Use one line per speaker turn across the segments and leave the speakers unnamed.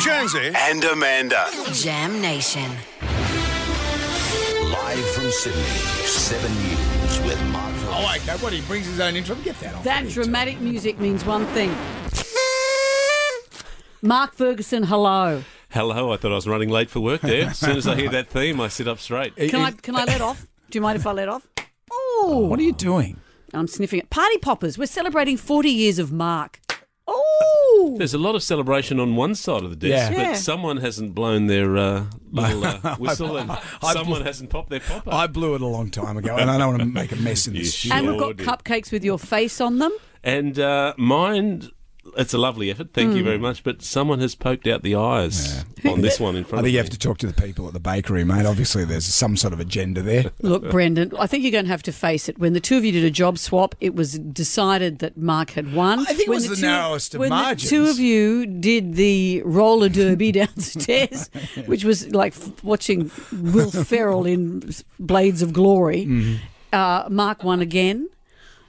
Jonesy.
and Amanda.
Jam Nation.
Live from Sydney, 7 News with Mark
I
Lewis.
like Oh, that. What he brings his own intro. Get that off.
That
me.
dramatic music means one thing. Mark Ferguson, hello.
Hello, I thought I was running late for work there. As soon as I hear that theme, I sit up straight.
Can I can I let off? Do you mind if I let off?
Oh. What are you doing?
I'm sniffing it. Party poppers. We're celebrating 40 years of Mark. Oh,
There's a lot of celebration on one side of the desk,
Yeah.
Yeah.
but someone hasn't blown their uh, little uh, whistle and someone hasn't popped their popper.
I blew it a long time ago, and I don't want to make a mess in this.
You
shit.
and we've got
Lordy.
cupcakes with your face on them.
and uh, mine, it's a lovely effort, thank
Hmm.
you very much, but someone has poked out the eyes on this one in
I
front
think you
of
have
me.
to talk to the people at the bakery, mate. Obviously, there's some sort of agenda there.
Look, Brendan, I think you're going to have to face it. When the two of you did a job swap, it was decided that Mark had won.
I think it
when
was the
two,
narrowest of
when
margins.
the two of you did the roller derby downstairs, which was like f- watching Will Ferrell in Blades of Glory,
Mm-hmm.
uh, Mark won again.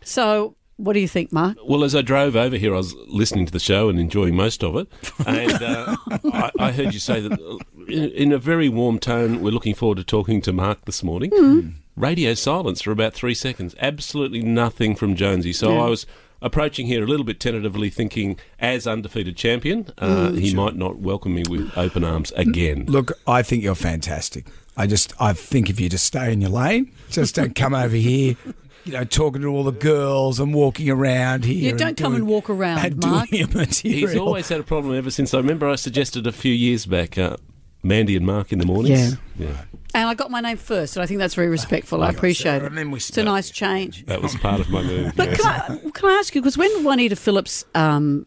So, what do you think, Mark?
Well, as I drove over here, I was listening to the show and enjoying most of it. And uh, I, I heard you say that uh, in, in a very warm tone, we're looking forward to talking to Mark this morning. Radio silence for about three seconds. Absolutely nothing from Jonesy. So I was approaching here a little bit tentatively, thinking, as undefeated champion, uh, he might not welcome me with open arms again.
Look, I think you're fantastic. I just, I think if you just stay in your lane, just don't come over here, you know, talking to all the girls and walking around here.
Yeah, don't come and walk around,
and
Mark.
Doing your material.
He's always had a problem ever since I remember I suggested a few years back. Uh, Mandy and Mark in the mornings. yeah.
And I got my name first, and I think that's very respectful. I appreciate
Sarah,
it.
and then we
it's a nice change.
That was part of my move.
But
yeah.
can I, can I ask you, because when Juanita Phillips um,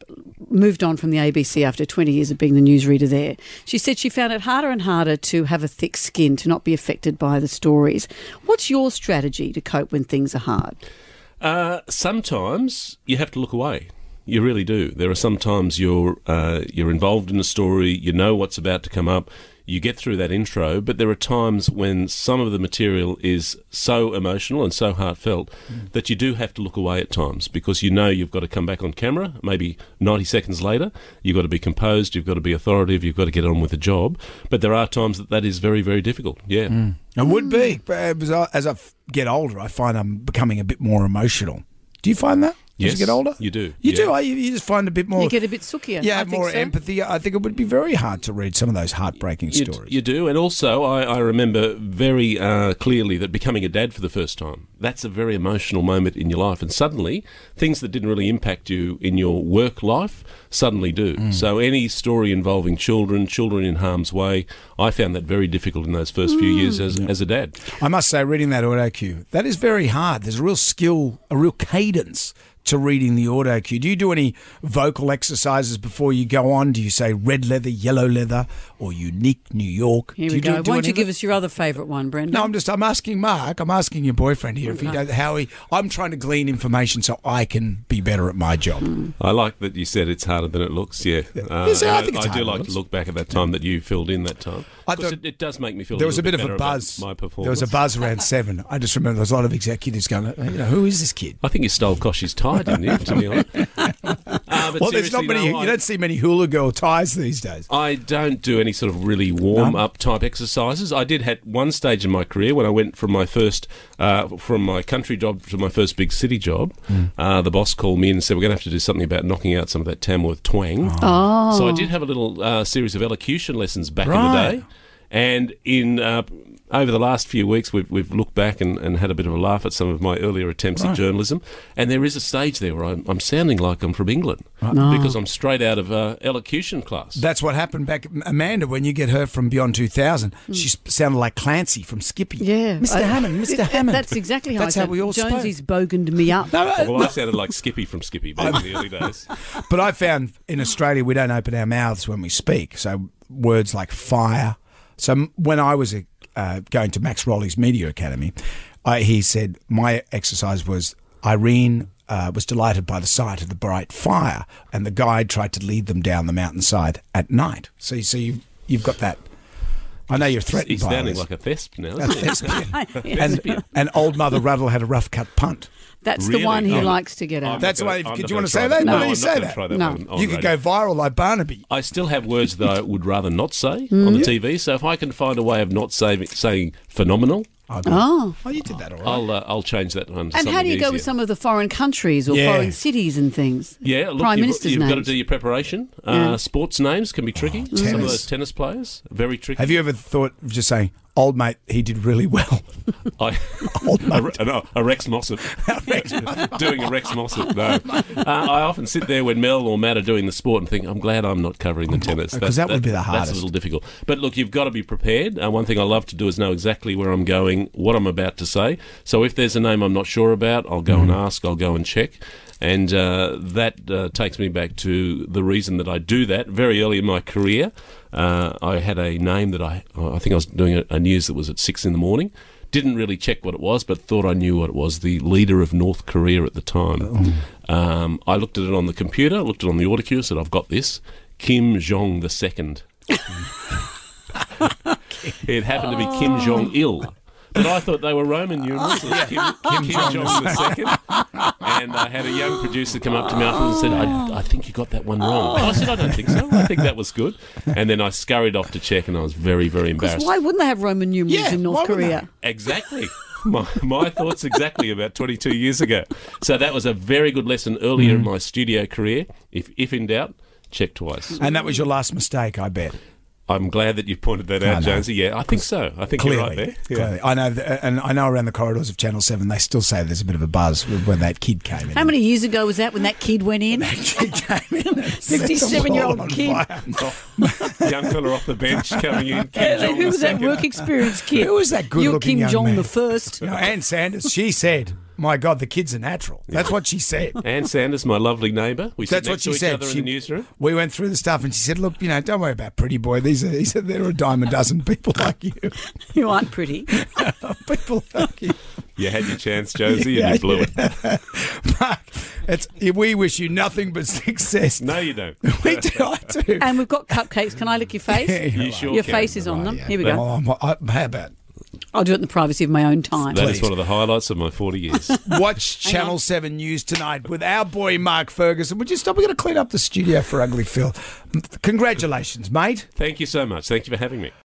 moved on from the ABC after 20 years of being the newsreader there, she said she found it harder and harder to have a thick skin, to not be affected by the stories. What's your strategy to cope when things are hard?
Uh, sometimes you have to look away. You really do. There are sometimes you're uh, you're involved in a story. You know what's about to come up. You get through that intro, but there are times when some of the material is so emotional and so heartfelt that you do have to look away at times because you know you've got to come back on camera maybe 90 seconds later. You've got to be composed, you've got to be authoritative, you've got to get on with the job. But there are times that that is very, very difficult. Yeah.
I would be, Mm. but as I, as I f- get older, I find I'm becoming a bit more emotional. Do you find that as
Yes,
you get older?
you do,
You do.
yeah.
I, you- you just find a bit more.
You get a bit sookier.
yeah,
I think
more
so.
empathy. I think it would be very hard to read some of those heartbreaking
You, d-
stories.
you do, and also I, I remember very uh, clearly that becoming a dad for the first time—that's a very emotional moment in your life. And suddenly, things that didn't really impact you in your work life suddenly do.
Mm.
So any story involving children, children in harm's way, I found that very difficult in those first few years
Mm.
as, as a dad.
I must say, reading that auto cue, that is very hard. There's a real skill, a real cadence to reading the auto cue. Do you do any vocal exercises before you go on? Do you say red leather, yellow leather, or unique New York?
Here
do
we
you do-
go.
do
Won't
any
you
of
give
it?
us your other favourite one, Brendan?
No, I'm just. I'm asking Mark. I'm asking your boyfriend here if he does how he. I'm trying to glean information so I can be better at my job.
I like that you said it's harder than it looks. Yeah, Uh,
Yes, I think
and
it's harder
do
than it
like to
looks.
look back at that time that you filled in that time.
I
'Cause
thought-
it, it does make me feel.
There was a
little
bit of
better
a
about
buzz.
My performance.
There was a buzz around seven. I just remember there was a lot of executives going, "Uh, you know, who is this kid?
I think you stole Kosh's tie, didn't you? To be honest. Uh, but
Well, there's not
seriously,
many.
no, I-
you don't see many hula girl ties these days.
I don't do any sort of really warm up type exercises. I did at one stage in my career when I went from my first uh, from my country job to my first big city job. Uh, the boss called me in and said we're going to have to do something about knocking out some of that Tamworth twang. Oh. So I did have a little uh, series of elocution lessons back in the
Right.
day, and in. Uh, over the last few weeks, we've, we've looked back and, and had a bit of a laugh at some of my earlier attempts at journalism. And there is a stage there where I'm, I'm sounding like I'm from England because I'm straight out of uh, elocution class.
That's what happened back, Amanda. When you get her from Beyond 2000,
Hmm.
she s- sounded like Clancy from Skippy.
yeah.
Mr.
I-
Hammond, Mr. Hammond.
That's exactly how
That's
I
how
said.
we all spoke.
Jonesy's boganed me up.
No, uh,
Well, I sounded like Skippy from Skippy back in the early days.
But I found in Australia we don't open our mouths when we speak. So words like fire. So m- when I was a, uh, going to Max Rowley's Media Academy, I, he said my exercise was Irene. Uh, was delighted by the sight of the bright fire, and the guide tried to lead them down the mountainside at night. So, you- so you you've got that. I know you're threatened
He's
by
sounding
this.
like a thesp now. Isn't he?
and, and old Mother Ruddle had a rough cut punt.
That's
Really?
the one he
I'm-
likes to get
I'm
out.
not
That's
gonna-
why-
I'm
could
not
you
gonna
wanna
try
say that?
No,
No,
I'm
you
not
say
gonna
that.
try that
No.
one on
you could
radio.
go viral like Barnaby.
I still have words that I would rather not say on the
Mm.
TV. So if I can find a way of not saving, saying phenomenal,
oh.
Oh, you did that all right.
I'll uh, I'll change that one. To
And how do
something
you go
easier.
with some of the foreign countries or
Yeah.
foreign cities and things?
Yeah, look,
prime
you've,
ministers'
you've got to
names.
do your preparation.
Yeah.
Uh, sports names can be tricky. Some of
tennis.
those tennis players very tricky.
Have you ever thought of just saying, old mate, he did really well?
I, a, no, a Rex Mossop. doing a Rex Mossop, no. Uh, I often sit there when Mel or Matt are doing the sport and think, I'm glad I'm not covering the tennis.
'cause that would be the
That's
hardest.
a little difficult. But look, you've got to be prepared. Uh, one thing I love to do is know exactly where I'm going, what I'm about to say. So if there's a name I'm not sure about, I'll go and ask, I'll go and check. And uh, that uh, takes me back to the reason that I do that very early in my career. Uh, I had a name that I, I think I was doing a, a news that was at six in the morning. Didn't really check what it was, but thought I knew what it was. The leader of North Korea at the time. Um, I looked at it on the computer, looked at it on the autocue, said, I've got this. Kim Jong the second. It happened to be
Oh.
Kim Jong Il. But I thought they were Roman numerals. It was Kim, Kim, Jong the second. And I had a young producer come up to me afterwards and said, I, I think you got that one wrong. I said, I don't think so. I think that was good. And then I scurried off to check and I was very, very
Because
embarrassed.
why wouldn't they have Roman numerals
Yeah,
in
why
North
would they?
Korea?
Exactly. My, my thoughts exactly about 22 years ago. So that was a very good lesson earlier
Mm.
in my studio career. If, if in doubt, check twice.
And that was your last mistake, I bet.
I'm glad that you pointed that out,
know.
Jonesy. Yeah, I think so. I think
Clearly,
you're right there. Yeah.
clearly. I know, th- and I know around the corridors of Channel Seven, they still say there's a bit of a buzz with- when that kid came in.
How many years ago was that when that kid went in?
kid came in and set the
57-year-old
world on
kid.
fire.
young fella off the bench coming in. Kim Jong
Who was that
II.
work experience kid?
Who was that
You
good-looking
Kim
young
Jong
man?
the first.
No, Ann Sanders, she said, "My God, the kid's a natural." That's what she said.
Ann Sanders, my lovely neighbour. We
That's
sit
what
next
she
to each
said.
other
She-
in the newsroom.
we went through the stuff, and she said, "Look, you know, don't worry about pretty boy. These are, these are there are a dime a dozen people like you,
You aren't pretty.
people like you."
You had your chance, Josie,
Yeah,
and you blew it.
Mark, it's we wish you nothing but success.
No, you don't.
we do. I do.
And we've got cupcakes. Can I lick your face?
You sure
Your
can.
face is on them. Here we
Oh,
go.
I'm- I- how about
I'll do it in the privacy of my own time.
That is
Please.
one of the highlights of my 40 years.
watch Channel Seven News tonight with our boy Mark Ferguson? Would you stop? We're going to clean up the studio for Ugly Phil. Congratulations, mate.
Thank you so much. Thank you for having me.